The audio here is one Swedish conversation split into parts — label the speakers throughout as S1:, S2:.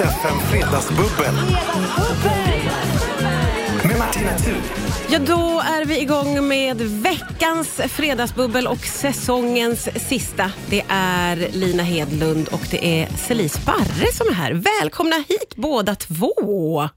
S1: FM Fredagsbubbel med Martina Thun.
S2: Ja, då är vi igång med veckans fredagsbubbel och säsongens sista. Det är Lina Hedlund och det är Celine Sparre som är här. Välkomna hit båda två.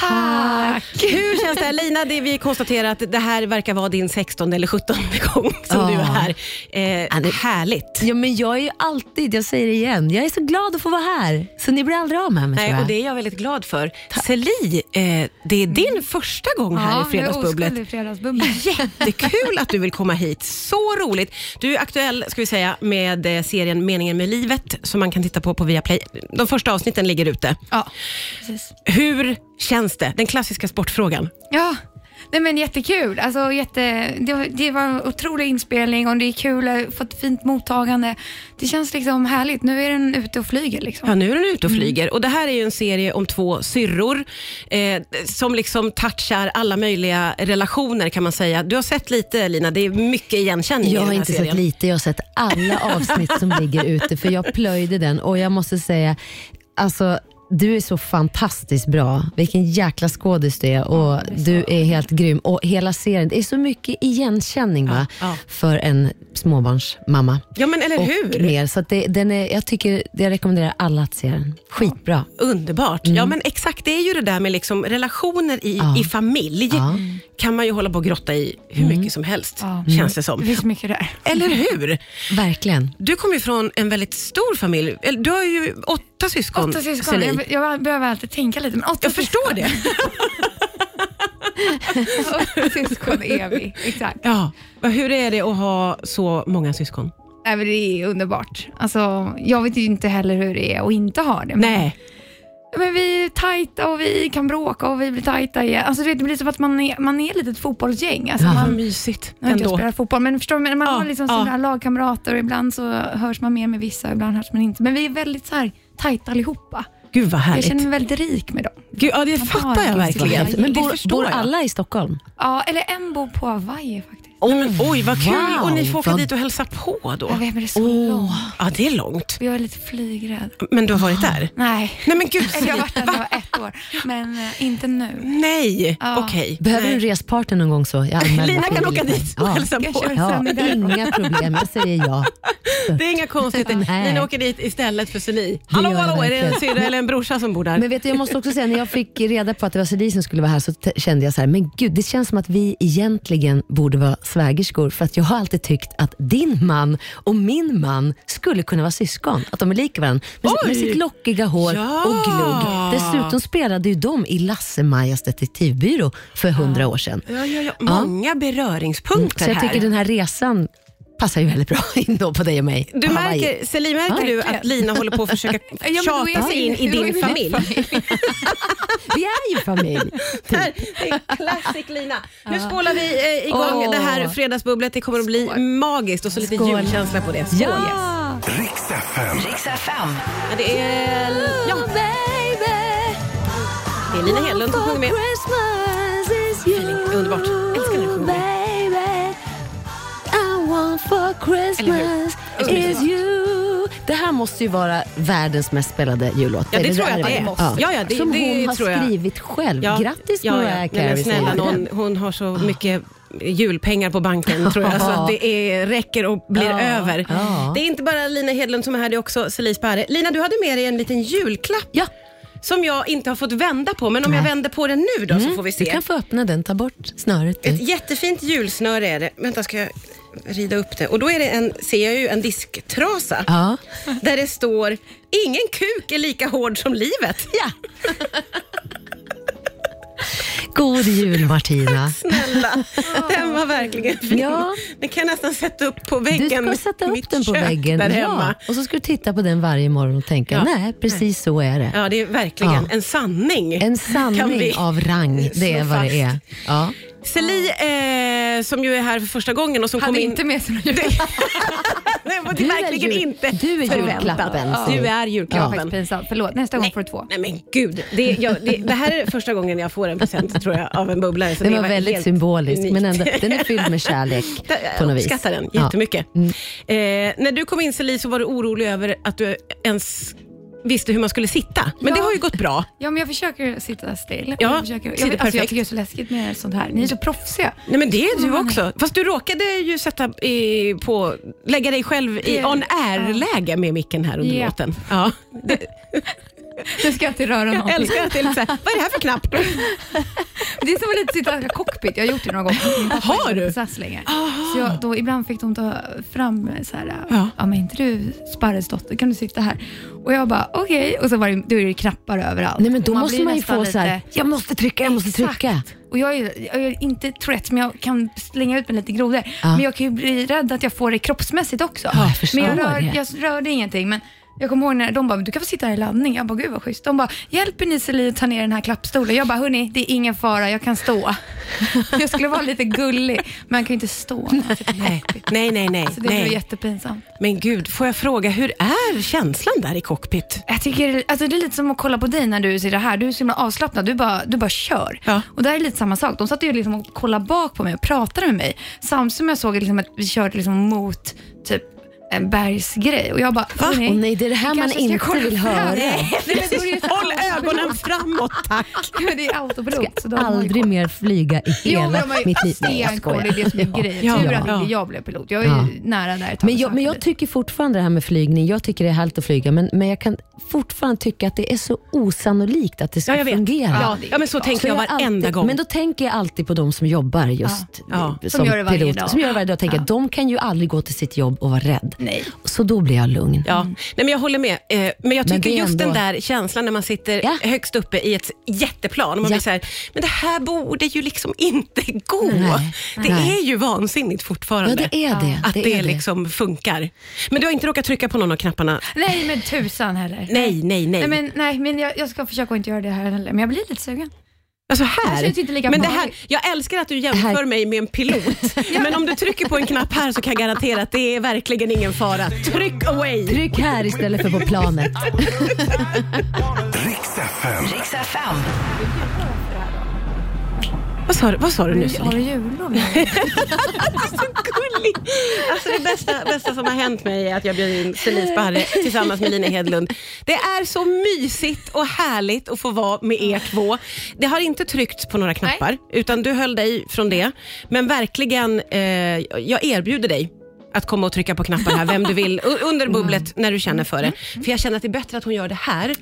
S3: Tack!
S2: Hur känns det? Lina, det vi konstaterar att det här verkar vara din 16 eller 17 gång som
S3: Ja.
S2: du är här. Eh, Härligt.
S3: Ja, men jag är ju alltid, jag säger det igen, jag är så glad att få vara här. Så ni blir aldrig av med mig tror
S2: Nej,
S3: jag.
S2: och det är jag väldigt glad för. Celie, eh, det är din första gång här i Fredagsbubblet.
S4: nu är fredagsbubblet.
S2: Jättekul att du vill komma hit. Så roligt. Du är aktuell ska vi säga, med eh, serien Meningen med livet som man kan titta på på Viaplay. De första avsnitten ligger ute.
S4: Ja, precis.
S2: Hur känns det? Den klassiska sportfrågan.
S4: Ja, nej men jättekul. Alltså, jätte, det, var- det var en otrolig inspelning och det är kul, eh, fått fint mottagande. Det känns liksom härligt. Nu är den ute och flyger liksom.
S2: Ja, nu är den ute och
S3: Mm.
S2: flyger. Och Det här är ju en serie om två syrror eh, som liksom touchar alla möjliga relationer kan man säga. Du har sett lite Lina, det är mycket igenkänning i
S3: Jag
S2: den
S3: har
S2: här
S3: inte
S2: serien.
S3: sett lite, jag har sett alla avsnitt som ligger ute för jag plöjde den och jag måste säga, alltså du är så fantastiskt bra. Vilken jäkla skådis du är och du är helt grym. Och hela serien, det är så mycket igenkänning va?
S2: ja.
S3: för en småbarnsmamma.
S2: Ja, men eller
S3: och
S2: hur?
S3: mer. Så att det, den är, jag, tycker, jag rekommenderar alla att se den. Skitbra.
S2: Underbart. Ja, men exakt. Det är ju det där med liksom relationer i,
S3: Ja.
S2: i familj.
S3: Ja.
S2: kan man ju hålla på och grotta i hur mycket som helst,
S4: Ja. Mm.
S2: känns det
S4: Det
S2: som.
S4: finns mycket där.
S2: Eller hur?
S3: Verkligen.
S2: Du kommer ju från en väldigt stor familj. Eller, Du har ju åtta syskon,
S4: Åtta syskon.
S2: Celine.
S4: Jag, jag behöver alltid tänka lite. Men åtta
S2: Jag förstår det.
S4: syskon, åtta syskon är vi. Exakt.
S2: Ja. Men Hur är det att ha så många syskon?
S4: Nej, men det är underbart. Alltså, jag vet ju inte heller hur det är att inte ha det. men-
S2: Nej.
S4: Men vi är tajta och vi kan bråka och vi blir tajta igen. Alltså, du vet, det blir som att man är, man är ett litet fotbollsgäng. Alltså,
S3: Ja.
S2: Vad
S4: man,
S2: mysigt
S4: jag har inte
S2: ändå.
S4: spelat fotboll, men förstår du, men man
S2: Ja,
S4: har liksom
S2: ja.
S4: sina lagkamrater och ibland så hörs man mer med vissa och ibland hörs man inte. Men vi är väldigt så här tajta allihopa.
S2: Gud vad
S4: Jag
S2: härligt.
S4: känner mig väldigt rik med dem.
S2: Gud, ja, det
S4: Man
S2: fattar
S4: har
S2: jag
S4: en
S2: verkligen.
S4: livsstil.
S3: Men
S2: det
S3: bor,
S2: förstår
S3: bor
S2: jag.
S3: alla i Stockholm?
S4: Ja, eller en bor på Hawaii faktiskt.
S2: Nej, men, oj, vad kul.
S3: Wow,
S2: och ni får åka
S3: vad-
S2: dit och hälsa på då.
S4: Jag vet, men det är så långt.
S2: Ja, det är långt.
S4: Jag är lite flygrädd.
S2: Men du har varit där?
S4: Nej.
S2: Nej, men gud.
S4: Eller Jag har
S2: Celine.
S4: varit där när jag var ett år, men eh, inte nu.
S2: Nej,
S4: Ja.
S2: okej.
S3: Behöver
S2: Nej.
S3: du en respartner någon gång så? Jag anmäler
S2: Lina
S3: mig
S2: kan åka
S3: frivilligt.
S2: dit och hälsa
S4: Jag
S2: på.
S4: kör
S3: Ja,
S4: sen
S3: ja,
S4: där.
S3: inga problem. Jag säger ja.
S2: Det är inga konstigheter.
S3: Nej.
S2: Lina åker dit istället för Celie. Hallå,
S3: gör jag
S2: hallå, är det en
S3: verkligen.
S2: syrra eller en brorsa som bor där?
S3: Men vet du, jag måste också säga, när jag fick reda på att det var Celine som skulle vara här så t- kände jag så här, men gud, det känns som att vi egentligen borde vara svägerskor för att jag har alltid tyckt att din man och min man skulle kunna vara syskon. Att de är lika varandra. Med, si-
S2: Oj!
S3: med sitt lockiga hår
S2: Ja!
S3: och glugg. Dessutom spelade ju de i Lasse-Majas detektivbyrå för
S2: Ah.
S3: hundra år sedan.
S2: Ja, ja, ja. Många beröringspunkter
S3: Så jag
S2: här.
S3: tycker den här resan passar ju väldigt bra in då på dig och mig.
S2: Du
S3: på Hawaii.
S2: märker, Celine, märker du att Lina håller på att försöka
S4: men då är
S2: tjata sig
S4: vi-
S2: in i
S4: då är
S2: din
S4: vi-
S2: familj?
S3: Vi är ju familj.
S2: Här, det är classic Lina. Nu skålar vi eh, igång
S3: Åh.
S2: det här fredagsbubblet. Det kommer att bli magiskt och så lite julkänsla på det. Skål.
S3: Ja.
S2: Yes.
S1: Riks FM.
S2: Ja, det, är, ja, det är Lina Hedlund som sjunger med. Underbart. Älskar när du sjunger.
S3: Det här måste ju vara världens mest spelade jullåt.
S2: Ja, det
S3: Eller
S2: tror jag
S3: är
S2: att det
S3: väl?
S2: är. Ja, ja, det-
S3: Som
S2: det
S3: hon
S2: tror jag.
S3: har skrivit själv.
S2: Ja.
S3: Grattis Mariah
S2: Nej, men
S3: Carey. säger
S2: snälla
S3: jag.
S2: någon, hon har så mycket julpengar på banken tror jag, så att det är, räcker och blir
S3: Ja.
S2: över.
S3: Ja.
S2: Det är inte bara Lina Hedlund som är här, det är också Celie Sparre. Lina, du hade med dig en liten julklapp
S3: Ja,
S2: som jag inte har fått vända på, men om jag
S3: Nej.
S2: vänder på den nu då så får vi
S3: Mm. du
S2: se.
S3: kan få öppna den, ta bort snöret.
S2: Ett
S3: nu.
S2: jättefint julsnöre är det. Vänta, ska jag rida upp det? Och då är det en, ser jag ju en disktrasa
S3: Ja.
S2: där det står “Ingen kuk är lika hård som livet”.
S3: ja. God jul Martina.
S2: Snälla, den var verkligen fin.
S3: Ja.
S2: Den kan jag nästan sätta upp på
S3: Du
S2: väggen.
S3: ska sätta
S2: i
S3: upp
S2: mitt
S3: den på
S2: kök
S3: väggen
S2: Där
S3: ja.
S2: hemma.
S3: och så ska du titta på den varje morgon och tänka,
S2: Ja.
S3: nej precis så är det.
S2: Ja, det är verkligen
S3: Ja.
S2: en sanning.
S3: En
S2: Kan vi-
S3: sanning av rang,
S2: slå
S3: det är vad
S2: fast.
S3: det är. Ja.
S2: Celie, eh, som ju är här för första gången och som
S4: Hade
S2: kom in...
S4: inte med sig någon
S2: Nej, men det
S3: Du
S2: är
S3: är
S2: verkligen
S3: jul-
S2: inte
S3: du är
S2: förväntat.
S3: julklappen,
S2: Ja.
S3: Celie.
S2: Du är
S4: Ja.
S2: julklappen.
S4: Faktiskt pinsamt. Förlåt, nästa gång får du två.
S2: Nej men gud, det, jag, det, det här är första gången jag får en present tror jag av en bubblare. så
S3: Den
S2: det
S3: var väldigt
S2: helt
S3: symbolisk,
S2: unikt.
S3: men ändå, den är fylld med kärlek på
S2: Jag
S3: något vis.
S2: uppskattar den
S3: Ja.
S2: jättemycket. Eh, när du kom in Celie så var du orolig över att du ens visste hur man skulle sitta. Men
S4: Ja.
S2: det har ju gått bra.
S4: Ja, men jag försöker sitta still.
S2: Ja,
S4: jag, försöker, jag,
S2: sitter
S4: vet- alltså, jag
S2: perfekt.
S4: tycker det är så läskigt med sånt här. Ni är så proffsiga.
S2: Nej men det är du också. Fast du råkade ju sätta i, på, lägga dig själv i
S4: Det-
S2: on air-läge med micken här under
S4: Ja.
S2: låten. Ja. Det,
S4: Nu ska jag inte röra
S2: jag
S4: någonting.
S2: älskar att det är lite så här, vad är det här för knapp?
S4: Det är som att lite sitta i cockpit. Jag har gjort det några gånger. Min pappa
S2: Har
S4: körde
S2: du?
S4: på SAS länge. Så jag, då, ibland fick de ta fram så här,
S2: Ja.
S4: ja. men inte du Sparres dotter, kan du sitta här? Och jag bara okej, och så var det, då är det knappar överallt.
S3: Nej men då
S4: Och
S3: måste
S4: blir
S3: man ju
S4: nästan
S3: få så här,
S4: lite-
S3: jag måste trycka, jag måste
S4: Exakt.
S3: trycka.
S4: Och jag är, jag är inte trött men jag kan slänga ut mig lite grodor.
S3: Ja.
S4: Men jag kan ju bli rädd att jag får det kroppsmässigt också.
S3: Ja, jag förstår
S4: men jag, rör,
S3: det.
S4: jag rörde ingenting. Men jag kommer ihåg när de bara, du kan få sitta här i landning. Jag bara, gud vad schysst. De bara, hjälper ni Celine att ta ner den här klappstolen? Jag bara, hörni, det är ingen fara, jag kan stå. jag skulle vara lite gullig, men jag kan ju inte stå.
S2: Nej, nej, nej. nej,
S4: Så Alltså, det blev
S2: nej.
S4: jättepinsamt.
S2: Men gud, får jag fråga, hur är känslan där i cockpit?
S4: Jag tycker, alltså det är lite som att kolla på dig när du sitter här. Du är så himla avslappnad. Du bara, du bara kör.
S2: Ja.
S4: Och där är lite samma sak. De satt ju liksom och kollade bak på mig och pratade med mig. Samtidigt som jag såg liksom att vi körde liksom mot typ en bergsgrej. Och jag bara, Va?
S3: Och nej, det är det här
S4: Vi
S3: man
S4: kanske ska
S3: inte
S4: kolla
S3: vill
S4: fram.
S3: höra.
S4: Nej, men det är ju
S2: Håll ögonen framåt tack.
S4: men det är autopilot. Så då har man ju
S3: Aldrig
S4: koll.
S3: mer flyga i
S4: Jo, men
S3: hela
S4: de har ju
S3: mitt liv. Nej, jag
S4: stenkoll. Det är det som är
S3: skojar.
S4: grejen.
S2: Ja.
S4: Tur att
S2: Ja.
S4: inte jag blev pilot. Jag är
S3: Ja.
S4: ju nära där ett tag.
S3: Men jag, men jag
S2: Alltså,
S3: tycker fortfarande det här med flygning, jag tycker det är härligt att flyga, men, men jag kan fortfarande tycka att det är så osannolikt att det ska
S2: Ja, jag vet.
S3: fungera.
S2: Ja,
S4: det är
S2: ja, men så
S4: klart.
S2: tänker jag varenda
S3: alltid,
S2: gång.
S3: Men då tänker jag alltid på de som jobbar just eh,
S2: Ja.
S3: som,
S4: Som gör det varje
S3: piloter.
S4: dag.
S3: Som gör det varje dag. Jag Tänker
S4: Ja.
S3: att de kan ju aldrig gå till sitt jobb och vara rädd.
S4: Nej.
S3: Så då blir jag lugn.
S2: Ja, nej, men jag håller med. Eh, Men jag
S3: Mm. Men
S2: tycker
S3: det är
S2: just den
S3: ändå-
S2: där känslan när man sitter
S3: Ja.
S2: högst uppe i ett jätteplan och man
S3: Ja.
S2: blir så här, men det här borde ju liksom inte gå.
S3: Nej.
S2: Det
S3: Nej.
S2: är ju vansinnigt fortfarande.
S3: Ja, det är det.
S2: Att det,
S3: Det är det.
S2: liksom funkar. Men du har inte råkat trycka på någon av knapparna?
S4: Nej, men tusan heller.
S2: Nej, nej, nej.
S4: Nej, men, nej, men jag, jag ska försöka att inte göra det här heller. Men jag blir lite sugen.
S2: Alltså
S4: Det
S2: här.
S3: typ
S4: känns ju inte lika
S2: men det här,
S4: farligt.
S2: jag älskar att du jämför
S3: Här.
S2: mig med en pilot. Men om du trycker på en knapp här så kan jag garantera att det är verkligen ingen fara. Tryck away!
S3: Tryck här istället för på planet.
S1: Riks FM.
S2: Vad sa du, vad sa du nu?
S4: Har du jullov nu?
S2: gullig. Alltså det bästa, bästa som har hänt mig är att jag bjöd in Celine Sparre tillsammans med Lina Hedlund. Det är så mysigt och härligt att få vara med er två. Det har inte tryckts på några knappar, utan du höll dig från det. Men verkligen, eh, jag erbjuder dig att komma och trycka på knappar här, vem du vill, u- under
S4: Mm.
S2: bubblet när du känner för det. För jag känner att det är bättre att hon gör det här.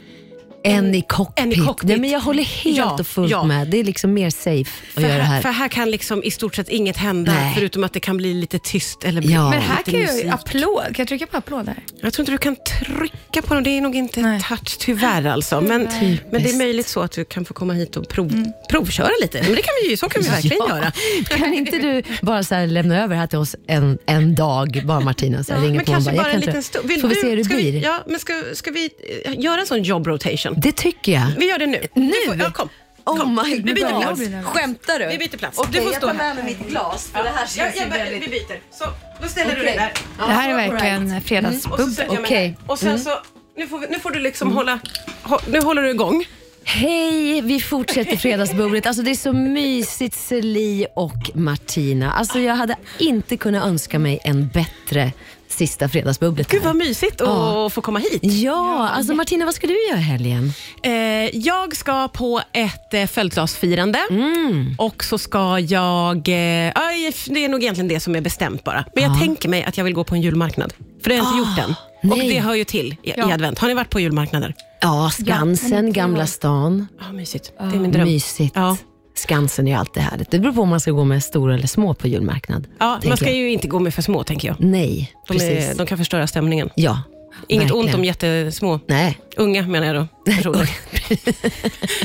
S3: En i cockpit.
S2: En i cockpit.
S3: Nej, men jag håller helt
S2: Ja,
S3: och fullt
S2: ja.
S3: med. Det är liksom mer safe att
S2: För
S3: göra det
S2: här,
S3: här.
S2: för här kan liksom i stort sett inget hända,
S3: Nej.
S2: förutom att det kan bli lite tyst eller
S3: Ja.
S4: Men här
S2: lite
S4: kan jag ju
S2: musik.
S4: applåd. Kan jag trycka på applåd där?
S2: Jag tror inte du kan trycka på dem. Det är nog inte
S4: Nej.
S2: touch, tyvärr. Alltså. Men, men det är
S3: Typiskt. Mm.
S2: möjligt så att du kan få komma hit och prov, provköra lite. Men det kan vi, ju- så kan vi verkligen göra.
S3: Kan inte du bara så här lämna över här till oss en, en dag, bara Martina? Så här, ringer
S2: men
S3: på och
S2: kanske
S3: bara,
S2: bara
S3: jag kan
S2: en
S3: inte-
S2: liten stund. Vill
S3: Får vi
S2: du-
S3: se hur det
S2: ska
S3: blir?
S2: Vi, ja, men ska, ska vi eh, göra en sån job rotation?
S3: Det tycker jag.
S2: Vi gör det nu.
S3: Nu?
S2: Du får, ja, kom.
S3: Oh
S2: kom.
S3: my
S2: vi byter
S3: God.
S2: plats.
S3: Skämtar du?
S2: Vi byter plats. Du får stå här.
S3: mig mitt glas, för
S2: Ja, jag, bara- vi byter. Så, då ställer du dig
S3: Okej.
S2: där.
S4: det här är verkligen fredagsbubbel.
S2: Och, så sätter jag mig
S3: Okej. Mm.
S2: där. och sen så, nu får, vi, nu får du liksom hålla, hå, nu håller du igång.
S3: Hej, vi fortsätter fredagsbubblet. Alltså det är så mysigt, Celi och Martina. Alltså jag hade inte kunnat önska mig en bättre sista fredagsbubblet.
S2: Gud
S3: här.
S2: vad mysigt att
S3: Ja.
S2: få komma hit.
S3: Ja, alltså Martina, vad ska du göra i helgen?
S2: Eh, jag ska på ett eh, födelsedagsfirande
S3: Mm.
S2: och så ska jag... Eh, aj, det är nog egentligen det som är bestämt bara. Men jag tänker mig att jag vill gå på en julmarknad. För det har jag inte gjort än.
S3: Ah, nej.
S2: Och det hör ju till i, i
S4: Ja.
S2: advent. Har ni varit på julmarknader?
S3: Ja,
S4: Ja,
S3: Skansen,
S4: men-
S3: Gamla stan.
S2: Ja, mysigt. Det är min dröm.
S3: Ah, Mysigt.
S2: Ja.
S3: Skansen är ju alltid härligt. Det beror på om man ska gå med stora eller små på julmarknad.
S2: Ja, man
S3: tänker
S2: ska
S3: jag.
S2: ju inte gå med för små, tänker jag.
S3: Nej,
S2: De,
S3: precis.
S2: är, de kan förstöra stämningen.
S3: Ja,
S2: Inget
S3: verkligen.
S2: ont om jättesmå.
S3: Nej.
S2: Unga menar jag då. Personer.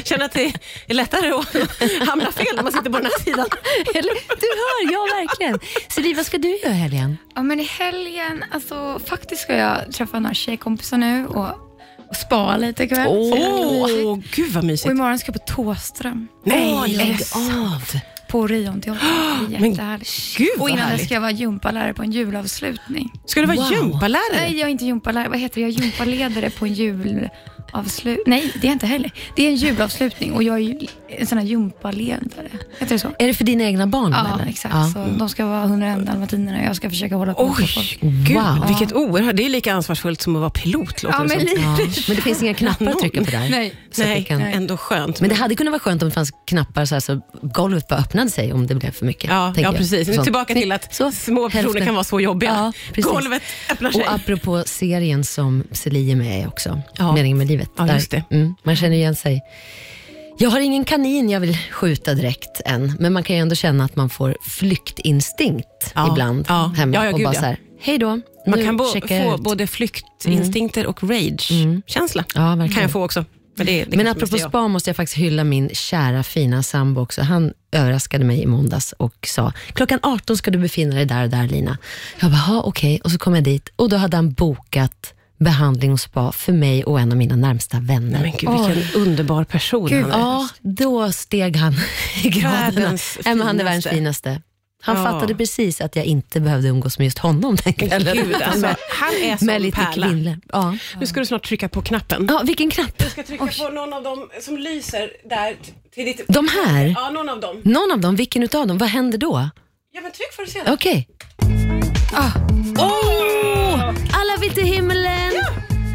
S2: Känner att det är lättare att hamna fel när man sitter på den här sidan.
S3: Eller, du hör, ja verkligen. Celi, vad ska du göra i helgen?
S4: Ja, men i helgen, alltså faktiskt ska jag träffa några tjejkompisar nu och, och spara lite ikväll. Så det blir
S2: Åh,
S4: mysigt.
S2: gud vad mysigt.
S4: Och imorgon ska jag på Tåström.
S2: Nej,
S3: Åh,
S2: är
S3: lägg
S2: det
S3: av.
S4: På Orionteatern. Det är
S2: Men
S4: jättehärligt.
S2: gud vad
S4: Och innan dess
S2: härligt.
S4: ska jag vara gympalärare på en julavslutning.
S2: Ska du vara
S3: Wow.
S2: gympalärare?
S4: Nej, jag är inte gympalärare. Vad heter det? Jag är gympaledare på en jul... julavslut... Nej, det är jag inte heller. Det är en julavslutning och jag är ju en sån här jumpaledare. Heter det så?
S3: Är det för dina egna barn?
S4: Ja,
S3: eller?
S4: exakt.
S3: Ja.
S4: Så de ska vara 101 dalmatinerna och jag ska försöka hålla koll på
S2: Oj,
S4: folk.
S2: gud
S3: Wow.
S2: vilket oerhört. Det är lika ansvarsfullt som att vara pilot låter
S4: Ja,
S2: det
S4: men
S2: som.
S4: lite.
S3: Ja. Men det finns inga knappar att trycka på där?
S4: Nej.
S3: Så att det
S2: Nej,
S3: kan...
S2: ändå skönt.
S3: Men det hade kunnat vara skönt om det fanns knappar så, här, så golvet bara öppnade sig om det blev för mycket.
S2: Ja,
S3: tänker
S2: ja
S3: jag.
S2: precis. Nu
S3: Sånt.
S2: tillbaka till att små personer
S3: hälften.
S2: kan vara så jobbiga.
S3: Ja, precis.
S2: Golvet öppnar sig.
S3: Och apropå serien som Celie är med i också,
S2: Ja.
S3: Meningen med livet.
S2: Ja,
S3: Där-
S2: just det.
S3: Mm, man känner igen sig. Jag har ingen kanin jag vill skjuta direkt än, men man kan ju ändå känna att man får flyktinstinkt
S2: Ja,
S3: ibland
S2: ja.
S3: hemma.
S2: Ja, ja,
S3: och
S2: gud,
S3: bara
S2: ja.
S3: så här, hej då,
S2: Man
S3: nu
S2: kan bo-
S3: checkar jag
S2: få
S3: ut. Mm.
S2: både flyktinstinkter och rage-känsla.
S3: Ja, verkligen.
S2: kan jag få också. Men, det, det
S3: Men
S2: kanske
S3: apropå
S2: mest är jag.
S3: spa måste jag faktiskt hylla min kära fina sambo också. Han överraskade mig i måndags och sa, klockan 18 ska du befinna dig där och där Lina. Jag bara, "Ja, okej. Och så kom jag dit och då hade han bokat behandling och spa för mig och en av mina närmsta vänner.
S2: Men gud, vilken underbar person
S4: Gud,
S2: han är.
S3: ja, då steg han i graderna.
S2: Världens
S3: Nej, men han är världens
S2: finaste.
S3: finaste. Han
S2: Ja.
S3: fattade precis att jag inte behövde umgås med just honom den kvällen.
S2: Gud, alltså, han är som
S3: med
S2: en
S3: lite
S2: pärla.
S3: kvinnor. Ja.
S2: Nu ska du snart trycka på knappen.
S3: ja, vilken knapp.
S2: Jag ska trycka på någon av dem som lyser där. t- Till ditt...
S3: De här?
S2: Ja, någon av dem.
S3: Någon av dem, vilken utav dem? Vad händer då?
S2: Ja, men tryck får du se.
S3: Okej. Ah. Oh! Alla vill till himlen,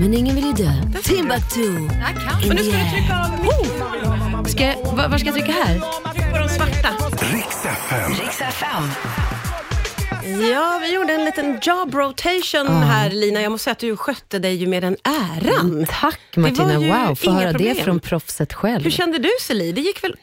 S3: men ingen vill ju dö. Timbuktu.
S2: Men nu ska du trycka av mikrofonen.
S3: Oh! Ska jag, var, var ska jag trycka här?
S2: Tryck på de svarta.
S1: Riks FM.
S2: Ja, vi gjorde en liten job rotation här Lina. Jag måste säga att du skötte dig ju med den äran.
S3: Mm, Tack
S2: Det var
S3: Martina,
S2: ju
S3: wow. Få
S2: inga
S3: höra det
S2: problem.
S3: från proffset själv.
S2: Hur kände du Celie? Det gick väl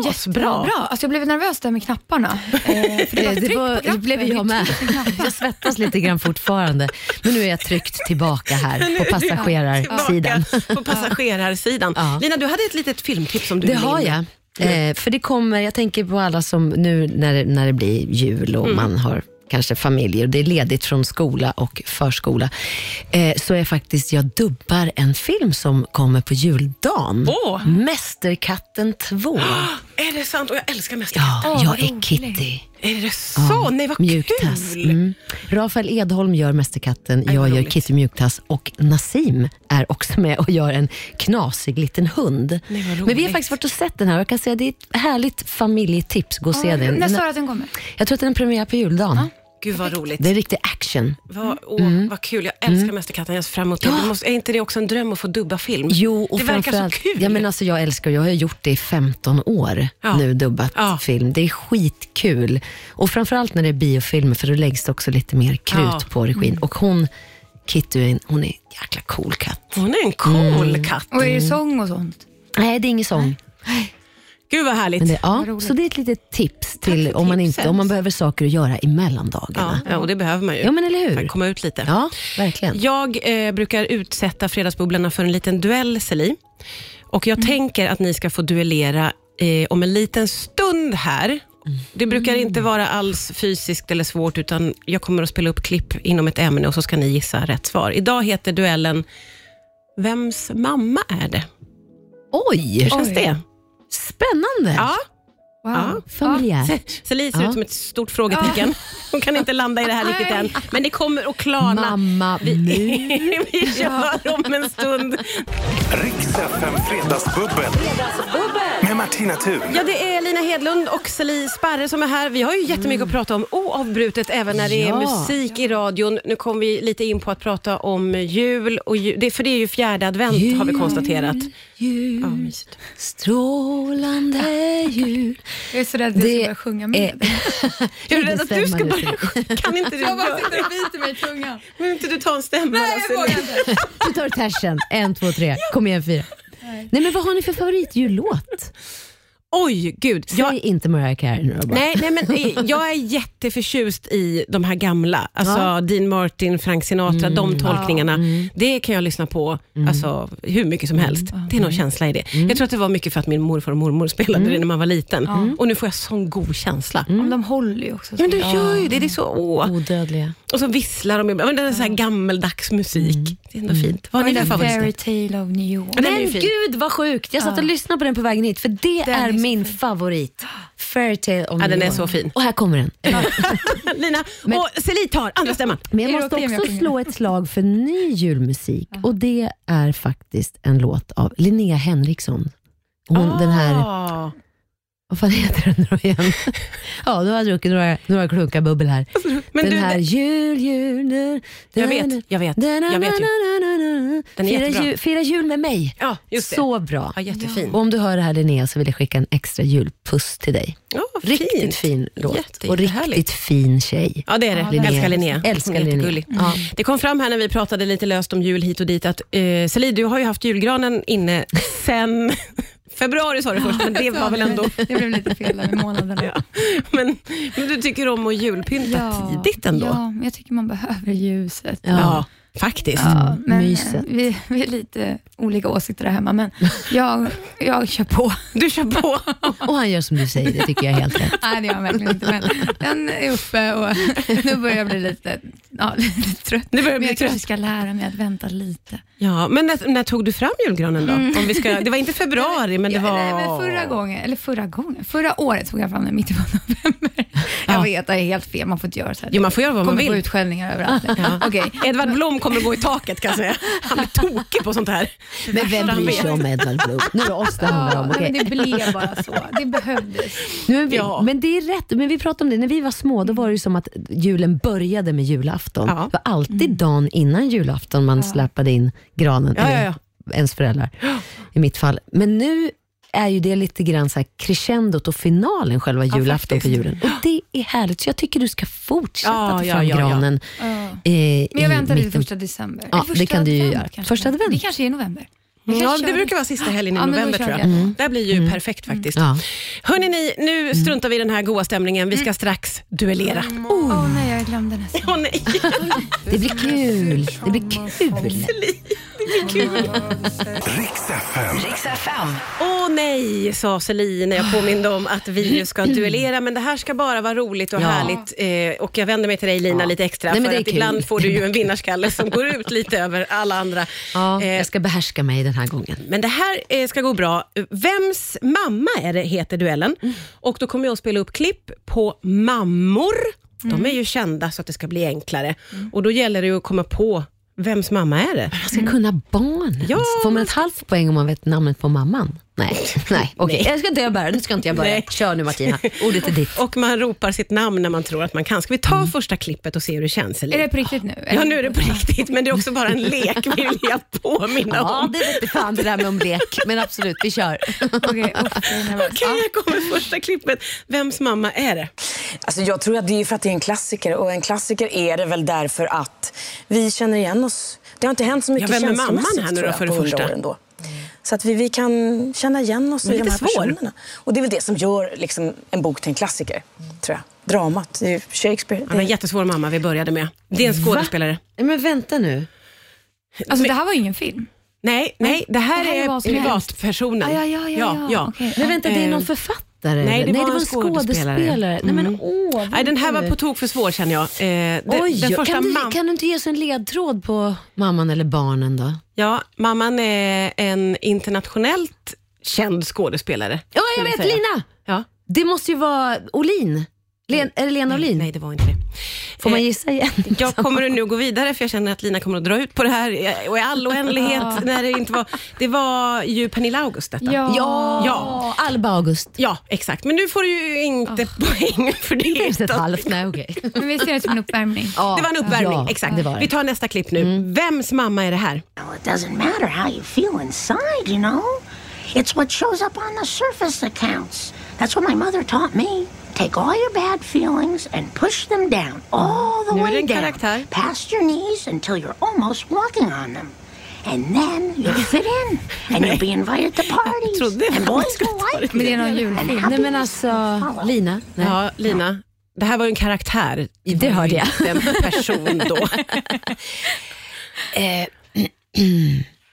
S4: Bra.
S2: asbra?
S4: Alltså jag blev nervös där med knapparna. Eh, för det, var
S3: Eh,
S4: tryck
S3: Det,
S4: på
S3: var, det
S4: knappen.
S3: blev
S4: Det är
S3: jag med.
S4: tryck på knappen.
S3: Jag svettas lite grann fortfarande. Men nu är jag tryckt tillbaka här på passagerarsidan.
S2: Tillbaka På passagerarsidan.
S3: Ja.
S2: Lina, du hade ett litet filmtips om du
S3: Det
S2: ville
S3: har
S2: in.
S3: jag.
S4: Mm.
S3: Eh, för det kommer, jag tänker på alla som nu när, det- när det blir jul och
S4: Mm.
S3: man har kanske familj och det är ledigt från skola och förskola. Eh, så är faktiskt, jag dubbar en film som kommer på juldagen.
S2: Åh!
S3: Mästerkatten 2.
S2: Är det sant? Och jag älskar mest
S3: Ja,
S4: Åh,
S3: jag
S4: vad
S3: är Kitty.
S2: Är det så?
S3: Ja,
S2: Nej, vad
S3: mjuktass.
S2: kul!
S3: Mm. Rafael Edholm gör Mästerkatten,
S2: Aj, vad
S3: jag gör
S2: roligt.
S3: Kitty Mjuktass och Nassim är också med och gör en knasig liten hund.
S2: Nej, vad
S3: Men vi har
S2: roligt.
S3: faktiskt varit och sett den här och jag kan säga att det är ett härligt familjetips. Gå och se den.
S4: När
S3: den
S4: sa
S2: alltså-
S3: har,
S4: du att den kommer?
S3: jag tror att den har premiär på juldagen.
S2: Gud vad roligt.
S3: Det Mm. är riktig action.
S2: Vad, åh, vad kul. Jag älskar Mästerkatten. Jag ser fram emot det. det. Måste, är inte det också en dröm att få dubba film?
S3: Jo, och
S2: det verkar så
S3: framförallt-
S2: kul.
S3: Ja, men alltså, jag älskar Jag har ju gjort det i 15 år
S2: Ja.
S3: nu, dubbat
S2: Ja.
S3: film. Det är skitkul. Och framförallt när det är biofilmer, för då läggs det också lite mer krut
S2: Ja. Mm.
S3: på regin. Och hon, Kitty, är en- hon är en jäkla cool katt.
S2: Hon är en cool
S3: Mm.
S2: katt.
S4: Och är det sång och sånt?
S3: Nej, det är ingen sång.
S2: Gud vad härligt.
S3: Men det, ja,
S4: Vad roligt.
S3: så det är ett litet tips till
S2: för
S3: om man, inte,
S2: tipset.
S3: om man behöver saker att göra i
S2: ja,
S3: mellandagarna. Ja.
S2: ja, och det behöver man ju.
S3: men eller
S2: För att
S3: hur?
S2: komma ut lite.
S3: Ja, verkligen.
S2: Jag eh, brukar utsätta Fredagsbubblorna för en liten duell, Celine. Och
S3: Mm.
S2: jag tänker att ni ska få duellera eh, om en liten stund här.
S3: Mm.
S2: Det brukar inte vara alls fysiskt eller svårt, utan jag kommer att spela upp klipp inom ett ämne och så ska ni gissa rätt svar. Idag heter duellen Vems mamma är det?
S3: Oj,
S2: Hur känns
S4: Oj.
S2: det?
S3: spännande.
S2: Ja,
S4: Wow.
S2: Ja.
S3: Familjärt.
S2: Celine ser
S3: Ja.
S2: ut som ett stort frågetecken. Hon kan inte landa i det här riktigt än, men det kommer att klarna.
S3: Mamma nu.
S2: Vi kör om en stund.
S1: Riks FM Fredagsbubbel. Med Martina Thun.
S2: Ja, det är Lina Hedlund och Celie Sparre som är här. Vi har ju jättemycket att prata om oavbrutet, även när det är
S3: Ja.
S2: musik i radion. Nu kom vi lite in på att prata om jul, och ju, det, för det är ju fjärde advent har vi konstaterat. Ja,
S3: Jul,
S2: mysigt.
S3: strålande jul.
S4: Jag är så rädd att jag
S3: Det
S4: ska börja sjunga med.
S2: Jag är rädd att du ska
S3: bestämmer
S2: börja sjunga. Kan inte du,
S4: Jag bara
S2: göra-
S4: sitter och biter mig i tungan.
S2: kan inte du ta en stämma?
S4: Nej, jag vågar inte.
S3: Du tar tersen. En, två, tre. Kom igen, fyra. Nej, men vad har ni för favoritjullåt?
S2: Oj, gud.
S3: Säg
S2: Jag,
S3: inte Mariah Carey nu då bara.
S2: nej, nej, men, eh, jag är jätteförtjust i de här gamla. Alltså Dean Martin, Frank
S3: Mm.
S2: Sinatra, de tolkningarna. Det kan jag lyssna på alltså, hur mycket
S3: Mm.
S2: som helst. Det är någon känsla i det. Jag tror att det var mycket för att min morfar och mormor spelade
S3: Mm.
S2: det när man var liten. Och nu får jag sån god känsla.
S4: Men De håller ju också. så.
S2: mm. Men du gör ju det. Det är så åh.
S3: Odödliga.
S2: Och så visslar de ibland. Men Det är så här gammeldags musik.
S3: Mm.
S2: Det är ändå fint. Vad har
S4: Men
S2: ni för
S4: den
S2: favorit?
S4: Fairy Tale of New York.
S2: Den är ju
S3: Men
S2: fin.
S3: gud vad sjukt, jag satt och lyssnade på den på vägen hit för det
S4: Den
S3: är
S4: är är så
S3: min favorit. Fairytale om
S2: Ja, den
S3: New
S2: är
S3: York.
S2: så fin.
S3: Och här kommer den.
S2: Lina och Celine tar andra stämman.
S3: Men jag
S4: Är det
S3: måste
S4: okej om jag
S3: också
S4: sjunger?
S3: slå ett slag för ny julmusik och det är faktiskt en låt av Linnea Henriksson. Hon, Den här,
S2: Ah.
S3: vad fan heter den då igen? ja, nu har jag druckit några, några klunkar bubbel här.
S2: Men
S3: den
S2: du,
S3: här
S2: det-
S3: jul, jul, nu.
S2: Jag vet, jag vet, jag vet ju. Den är
S3: fira,
S2: jättebra.
S3: jul, fira jul med mig.
S2: Ja, just det.
S3: Så bra.
S2: Ja, jättefin.
S3: Och om du hör det här Linnea så vill jag skicka en extra julpuss till dig.
S2: Ja, vad
S3: Riktigt
S2: fint.
S3: fin låt
S2: Jätte-
S3: och
S2: jättehärligt.
S3: riktigt fin tjej.
S2: Ja, det är det.
S3: Linnea.
S2: Älskar Linnea.
S3: Älskar
S2: Hon är
S3: Linnea.
S2: jättegullig.
S3: Ja.
S2: Det kom fram här när vi pratade lite löst om jul hit och dit att eh, Celine, du har ju haft julgranen inne sen februari sa du först, men det var väl ändå...
S4: Det blev lite fel där med månaderna. Ja.
S2: Men, men du tycker om att julpynta tidigt ändå?
S4: Ja, men jag tycker man behöver ljuset.
S3: Ja.
S2: Ja, faktiskt.
S4: Ja, men
S3: myset.
S4: eh, vi, vi är lite olika åsikter där hemma, men jag, jag kör på.
S2: Du kör på.
S3: Och han gör som du säger, det tycker jag är helt rätt.
S4: Nej, det gör jag verkligen inte, men den är uppe och nu börjar jag bli lite, ja, lite trött.
S2: Nu börjar jag
S4: men
S2: bli
S4: jag
S2: trött.
S4: kanske ska lära mig att vänta lite.
S2: Ja, men när, när tog du fram julgranen då? Om vi ska, det var inte februari, men det var...
S4: Nej, men förra gången, eller förra gången, förra året tog jag fram den mitt i november. Jag vet, det är helt fel, man får inte göra så här.
S2: Jo, man får göra vad man
S4: kommer få
S2: vill.
S4: utskällningar överallt. Okej.
S2: Edvard Blom kommer gå i taket kan jag säga. Han är tokig på sånt här.
S3: Men vem bryr sig om Edvard Blom? Nu är det oss det handlar om.
S4: Ja,
S3: okej?
S4: men det blev bara så. Det behövdes.
S3: Nu är vi,
S2: Ja.
S3: Men det är rätt, men vi pratade om det, när vi var små då var det ju som att julen började med julafton.
S2: Ja. Mm.
S3: Det var alltid dagen innan julafton man släpade in granen,
S2: Ja,
S3: eller
S2: ja,
S3: ens föräldrar i mitt fall. Men nu är ju det lite grann så här crescendot och finalen, själva julafton på
S2: faktiskt.
S3: julen. Och det är härligt, så jag tycker du ska fortsätta
S2: Ja,
S3: ta
S2: ja,
S3: fram
S2: ja, ja.
S3: granen.
S4: Ja.
S3: eh,
S4: Men jag
S3: i
S4: väntar till
S3: mitten.
S4: första december.
S3: Ja,
S4: Eller första
S3: det kan du ju
S4: advent
S3: göra.
S4: kanske.
S3: Första advent.
S4: Det kanske är i november. Jag
S2: Ja,
S4: kanske
S2: det
S4: kör
S2: brukar vara sista helgen i
S4: Ja, men då
S2: november
S4: kör Mm.
S2: tror jag.
S4: jag.
S2: Det blir ju perfekt faktiskt.
S3: Mm. Ja.
S2: Hörni ni,
S4: Mm.
S2: nu struntar vi i den här goa stämningen. Vi ska strax duellera.
S4: Åh nej, jag glömde nästan.
S2: Åh nej,
S3: Det blir kul, det blir kul.
S1: Riks FM.
S2: Åh nej, sa Celine när jag påminde om att vi ju ska duellera, men det här ska bara vara roligt och
S3: Ja.
S2: härligt. Eh, och jag vänder mig till dig Lina lite extra,
S3: Nej, men
S2: för
S3: det är
S2: att
S3: kul.
S2: ibland får du ju en vinnarskalle som går ut lite över alla andra.
S3: Ja,
S2: Eh,
S3: jag ska behärska mig den här gången.
S2: Men det här eh, ska gå bra. Vems mamma är det, heter duellen. Och då kommer jag att spela upp klipp på mammor. De är ju kända så att det ska bli enklare. Och då gäller det ju att komma på vems mamma är det.
S3: Man ska kunna barnen.
S2: Mm. Ja,
S3: Får man ett halvt poäng om man vet namnet på mamman? Nej, nej, okej. Jag ska inte jag börja, nu ska inte jag börja.
S2: Nej.
S3: Kör nu Martina, ordet är ditt.
S2: Och man ropar sitt namn när man tror att man kan. Ska vi ta första klippet och se hur det känns? Eller?
S4: Är det på riktigt nu?
S2: Ja, nu är det på riktigt, men det är också bara en lek vill jag påminna
S3: Ja,
S2: om.
S3: det vete fan det där med om lek, men absolut, vi kör.
S4: Okej, uff, jag är nervös.
S2: Okej, här kommer första klippet. Vems mamma är det?
S5: Alltså jag tror att det är för att det är en klassiker och en klassiker är det väl därför att vi känner igen oss. Det har inte hänt så mycket
S2: Ja, vem är mamman
S5: känslomässigt
S2: här nu
S5: tror
S2: då,
S5: jag,
S2: för det
S5: på 100
S2: första?
S5: år ändå. Så att vi, vi kan känna igen oss
S2: Men
S5: i de
S2: lite
S5: här
S2: svår.
S5: personerna. Och det är väl det som gör liksom, en bok till en klassiker, tror jag. Dramat, det är Shakespeare.
S2: Han är en jättesvår mamma vi började med. Det är en skådespelare. Eh,
S3: Men vänta nu.
S4: Alltså det här var ingen film.
S2: Nej, nej, det här,
S4: det här är
S2: är
S4: vad som
S2: privatpersonen.
S4: Ah, ja, ja, ja, ja. Okej.
S3: Men vänta, det är någon
S2: Eh,
S3: författare?
S2: nej, det
S3: eller?
S2: var en skådespelare.
S3: Nej, men åh.
S2: Mm. Nej, den här
S3: vänta
S2: var
S3: nu.
S2: på tok för svår känner jag. Eh, det,
S3: Mm. Oj,
S2: den första
S3: kan, du,
S2: mam-
S3: kan du inte ge oss en ledtråd på mamman eller barnen då?
S2: ja, mamman är en internationellt känd skådespelare.
S3: Ja, jag
S2: skulle
S3: vet,
S2: säga.
S3: Lina!
S2: Ja.
S3: Det måste ju vara Olin. Len, är det Lena Olin?
S2: Nej, det var inte det.
S3: Får man
S2: Eh,
S3: gissa igen?
S2: Jag kommer nu gå vidare för jag känner att Lina kommer att dra ut på det här eh, och i all oändlighet när det inte var... Det var ju Pernilla August detta.
S3: Ja,
S2: Ja.
S3: Alba August.
S2: Ja, exakt. Men nu får du ju inte poäng för det.
S3: Inte ett
S2: utan-
S3: halvt, nej okej.
S4: Men vi ser det som en uppvärmning.
S2: Det var en uppvärmning.
S3: Ja,
S2: exakt.
S3: det var det. Mm.
S2: Vi tar nästa klipp nu. Vems mamma är det här?
S6: Well, it doesn't matter how you feel inside, you know. It's what shows up on the surface that counts. That's what my mother taught me. Take all your bad feelings and push them down, all the
S2: Nu är det
S6: way
S2: en
S6: down,
S2: karaktär.
S6: past your knees until you're almost walking on them. And then you'll fit in, and you'll be invited to parties,
S2: trodde
S6: and
S2: jag
S6: boys
S2: skulle
S6: will
S2: ta
S6: like
S2: det.
S6: you.
S4: Men det är någon
S6: And
S4: julfilm.
S3: Nej men
S6: happiness
S3: alltså,
S6: will follow.
S3: Lina. Nej.
S2: Ja, Lina. Det här var ju en karaktär.
S3: Det hörde jag.
S2: Den person då. Eh,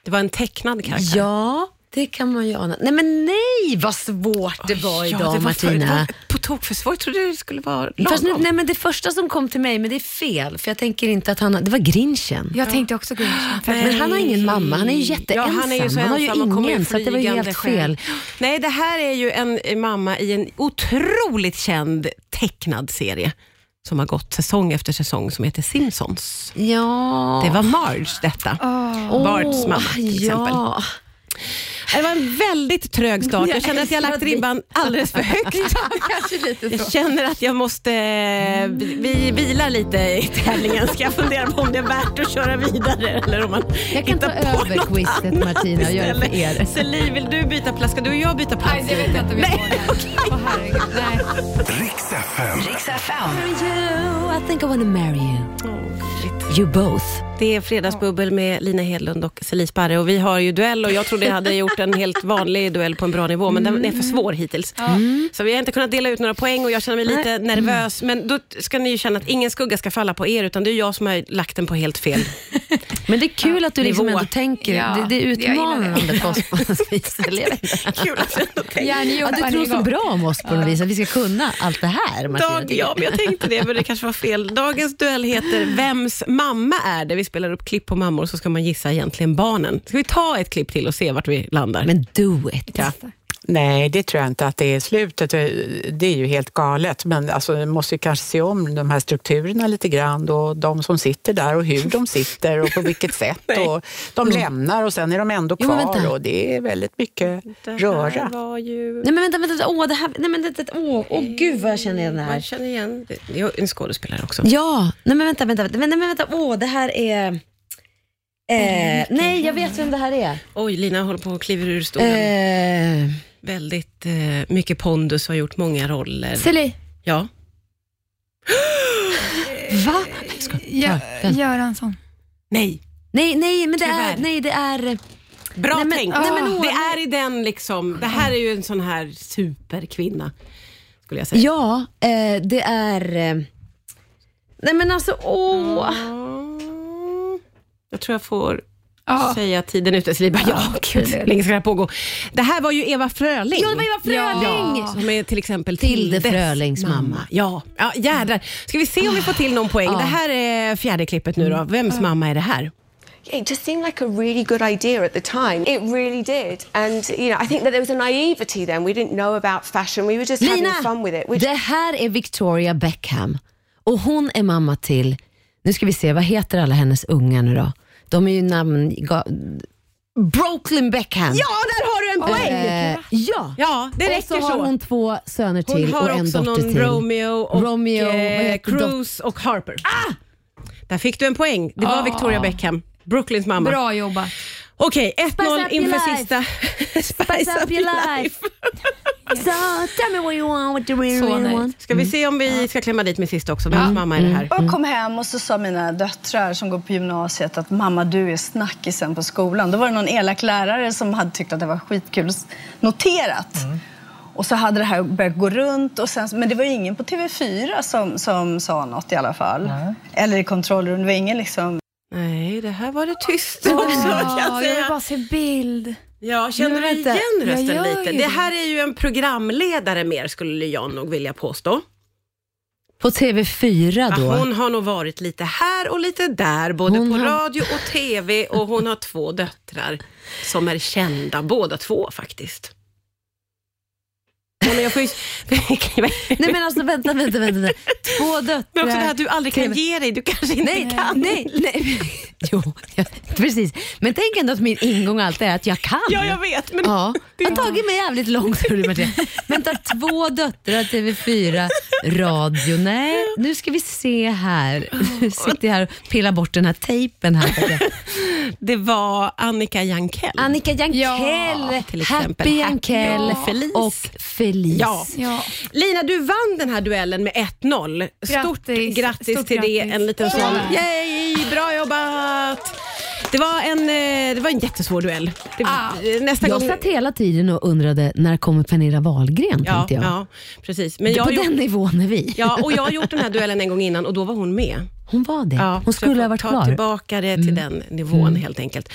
S2: det var en tecknad karaktär.
S3: Ja, Det kan man ju ana. Nej men nej vad svårt det var
S2: Oj,
S3: idag
S2: det var För, det
S3: Martina.
S2: var på tok för svårt. Jag trodde det skulle vara
S3: Fast nu,
S2: lagom.
S3: nej men det första som kom till mig, men det är fel för jag tänker inte att han har, det var grinchen.
S4: Jag tänkte också gå in
S3: Men han har ingen mamma, han är ju
S2: Ja,
S3: jätteensam.
S2: han är ju så
S3: har ju
S2: ensam och kommer
S3: ingen, så att det var ju
S2: flygande
S3: helt
S2: själv.
S3: fel.
S2: Nej, det här är ju en eh, mamma i en otroligt känd tecknad serie som har gått säsong efter säsong som heter Simpsons.
S3: Ja.
S2: Det var Marge detta. Barts mamma till exempel.
S3: Ja.
S2: Det var en väldigt trög start. Jag känner att jag har lagt
S3: älskar det.
S2: ribban alldeles för högt.
S4: Kanske lite
S2: Jag
S4: så.
S2: känner att jag måste... eh, Vi vi vilar lite i tävlingen. Ska jag fundera på om det är värt att köra vidare eller om man
S3: Jag kan ta
S2: hittar på
S3: över
S2: något
S3: quizet,
S2: annat
S3: Martina, och göra det för
S2: istället.
S3: er.
S2: Celine, vill du byta plats? Ska du och jag byta plats?
S4: Nej, det vet jag inte om jag
S2: Nej,
S4: vågar. Åh, herregud. Nej.
S1: Riks FM.
S3: You, I think I wanna marry you. You both.
S2: Det är Fredagsbubbel med Lina Hedlund och Celine Sparre. Och vi har ju duell och jag trodde jag hade gjort en helt vanlig duell på en bra nivå, men den är för svår hittills.
S3: Mm.
S2: Så vi har inte kunnat dela ut några poäng och jag känner mig lite nervös. Men då ska ni ju känna att ingen skugga ska falla på er, utan det är jag som har lagt den på helt fel.
S3: Men det är kul att du liksom
S2: nivå.
S3: ändå tänker,
S4: Ja,
S3: det, det är
S4: jag gillar det.
S3: utmanande för oss på något vis. eller jag vet inte.
S2: Kul att du ändå tänker.
S3: Ja,
S4: Hjärnjobbaren
S3: du tror så
S4: igång.
S3: bra om oss på något vis, att vi ska kunna allt det här. Martina,
S2: Dag,
S3: tycker
S2: ja,
S3: jag.
S2: men jag tänkte det, men det kanske var fel. Dagens duell heter Vems mamma är det? Vi spelar upp klipp på mammor, så ska man gissa egentligen barnen. Ska vi ta ett klipp till och se vart vi landar?
S3: Men do it.
S7: Nej, det tror jag inte att det är slutet. Det är ju helt galet. Men alltså, vi måste ju kanske se om de här strukturerna lite grann och de som sitter där och hur de sitter och på vilket sätt.
S2: Nej.
S7: och de lämnar och sen är de ändå
S3: Jo, men
S7: kvar
S3: vänta.
S7: och det är väldigt mycket
S2: Det här
S7: röra.
S2: var ju...
S3: Nej men vänta, vänta, åh, det här, nej men det, det, åh, åh gud vad jag känner igen det
S2: Man
S3: här.
S2: känner igen... Det är en skådespelare också.
S3: Ja, nej men vänta, vänta, vänta, nej, men vänta, åh det här är... Eh, nej, jag vet vem det här är.
S2: Oj, Lina håller på och kliver ur stolen.
S3: Eh,
S2: Väldigt eh, mycket pondus och har gjort många
S3: Eh,
S2: roller.
S4: Celine,
S2: Ja.
S3: va?
S4: Gö-
S3: vänta.
S4: Göransson.
S2: Nej.
S3: Nej, nej, men det är,
S2: Tyvärr.
S3: nej det är...
S2: Bra
S3: Nej, men-
S2: tänkt.
S3: nej, men-
S2: det är i den liksom... Det här är ju en sån här superkvinna, skulle jag säga.
S3: Ja, eh, det är... eh, Nej men alltså, åh.
S2: Mm. Jag tror jag får
S4: Ja.
S2: säga tiden ute. Så vi bara, ja, gud, hur länge ska det här pågå? Det här var ju Eva Fröling.
S3: Ja, det var Eva Fröling!
S2: Ja, som är till exempel
S3: Tilde
S2: Tildes
S3: Frölings mamma.
S2: Ja, Ah. ja jädrar. Ska vi se om vi får till någon poäng? Det här är fjärde klippet nu då.
S3: Ah.
S2: Vems mamma är det här?
S8: It just seemed like a really good idea at the time. It really did. And, you know, I think that there was a naivety then. We didn't know about fashion. We were just
S3: Lina,
S8: having fun with it. We
S3: det här är Victoria Beckham och hon är mamma till, nu ska vi se, vad heter alla hennes ungar nu då? De är ju namn... Ga, Brooklyn Beckham.
S2: Ja, där har du en poäng!
S3: Eh, ja.
S2: Ja, det
S3: och så
S2: räcker
S3: har
S2: så.
S3: hon två söner
S2: Hon
S3: till
S2: har
S3: och en
S2: också
S3: dotter
S2: någon
S3: till.
S2: Romeo och
S3: Romeo, vad
S2: eh,
S3: heter dot-
S2: Cruise och Harper. Ah! Där fick du en poäng. Det var Victoria Beckham, Brooklyns mamma.
S4: Bra jobbat.
S2: Okej,
S3: Spice
S2: 1-0
S3: up
S2: inför
S3: your life.
S2: sista. Spice
S3: up your life. So, tell me what you want, what you really,
S4: Så
S3: really
S4: nöjd.
S3: want.
S2: Ska vi se om vi ska klämma dit min sista också? Vems mamma är det här?
S9: Jag kom hem och så sa mina döttrar som går på gymnasiet att mamma du är snackisen på skolan. Då var det någon elak lärare som hade tyckt att det var skitkul noterat. Och så hade det här börjat gå runt. Och sen, men det var ju ingen på TV4 som, som sa något i alla fall. Eller i kontrollrum. Det var ingen liksom...
S2: Nej, det här var det tyst också kan
S4: Ja,
S2: jag
S4: jag vill
S2: säga.
S4: bara se bild.
S2: Ja, känner du
S4: Jag vet inte.
S2: igen rösten
S4: Jag gör
S2: lite?
S4: ju
S2: Det
S4: det.
S2: här är ju en programledare mer skulle jag nog vilja påstå.
S3: På TV4 då?
S2: Ja, Ah, hon har nog varit lite här och lite där, både
S3: Hon
S2: på
S3: har-
S2: radio och TV och hon har två döttrar som är kända båda två faktiskt. Men jag får ju...
S3: Nej men alltså vänta, vänta, vänta. vänta. Två döttrar.
S2: Men också det här du aldrig kan
S3: TV.
S2: ge dig, du kanske inte
S3: Nej,
S2: kan.
S3: nej, nej. Jo, ja, precis. Men tänk ändå att min ingång alltid är att jag kan.
S2: Ja, jag vet. Men
S3: Ja,
S2: Det
S3: det
S2: är-
S3: har tagit mig jävligt långt. hörru Martina. Men ta två döttrar, TV4, radio. Nej, nu ska vi se här. Nu sitter jag här och pillar bort den här tejpen. Här.
S2: det var Annika Jankell.
S3: Annika
S4: Ja,
S3: Jankell,
S2: till exempel.
S3: Happy Jankell
S2: Happy och Felice.
S3: och Felice.
S2: Ja.
S4: Ja.
S2: Lina, du vann den här duellen med 1-0. Stort grattis,
S4: Grattis. Stort
S2: till det.
S4: grattis.
S2: En liten sån.
S4: Ja.
S2: Yay, bra jobbat! Det var en, eh, det var en jättesvår duell. Det, eh, Nästa
S3: Jag
S2: gång...
S3: satt hela tiden och undrade när kommer Pernilla Wahlgren?
S2: ja,
S3: tänkte jag.
S2: ja, precis. Men jag
S3: På
S2: har gjort,
S3: den nivån är vi.
S2: ja, och jag har gjort den här duellen en gång innan och då var hon med.
S3: Hon var det.
S2: Ja,
S3: hon
S2: så jag
S3: skulle
S2: får
S3: ha varit Mm.
S2: ta
S3: kvar.
S2: tillbaka det till den nivån helt enkelt.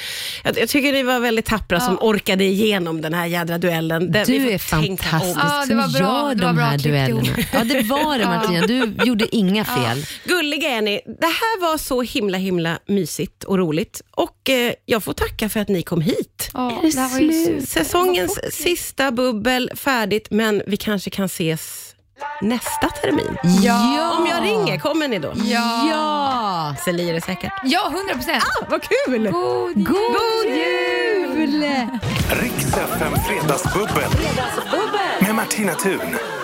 S2: Jag, jag tycker ni var väldigt tappra som orkade igenom den här jädra duellen. Den, vi
S3: Du
S2: får
S3: är
S2: tänka om.
S3: fantastisk
S4: Ja, det
S3: som
S4: var bra.
S3: gör
S4: Det var
S3: de
S4: bra
S3: här
S4: klippt ihop.
S3: duellerna. Ja, det var det Martina. Du gjorde inga fel.
S2: Gulliga är ni. Det här var så himla himla mysigt och roligt. Och eh, jag får tacka för att ni kom hit.
S4: Ja, det här var ju super.
S2: Säsongens sista bubbel färdigt, men vi kanske kan ses nästa termin.
S3: Ja!
S2: Om jag ringer, kommer ni då?
S4: Ja,
S3: Ja!
S2: Så lirar det säkert.
S4: ja 100 procent.
S2: Vad kul!
S4: God jul!
S2: God
S3: Kul!
S1: Riks FM Fredagsbubbel. Med Martina Thun.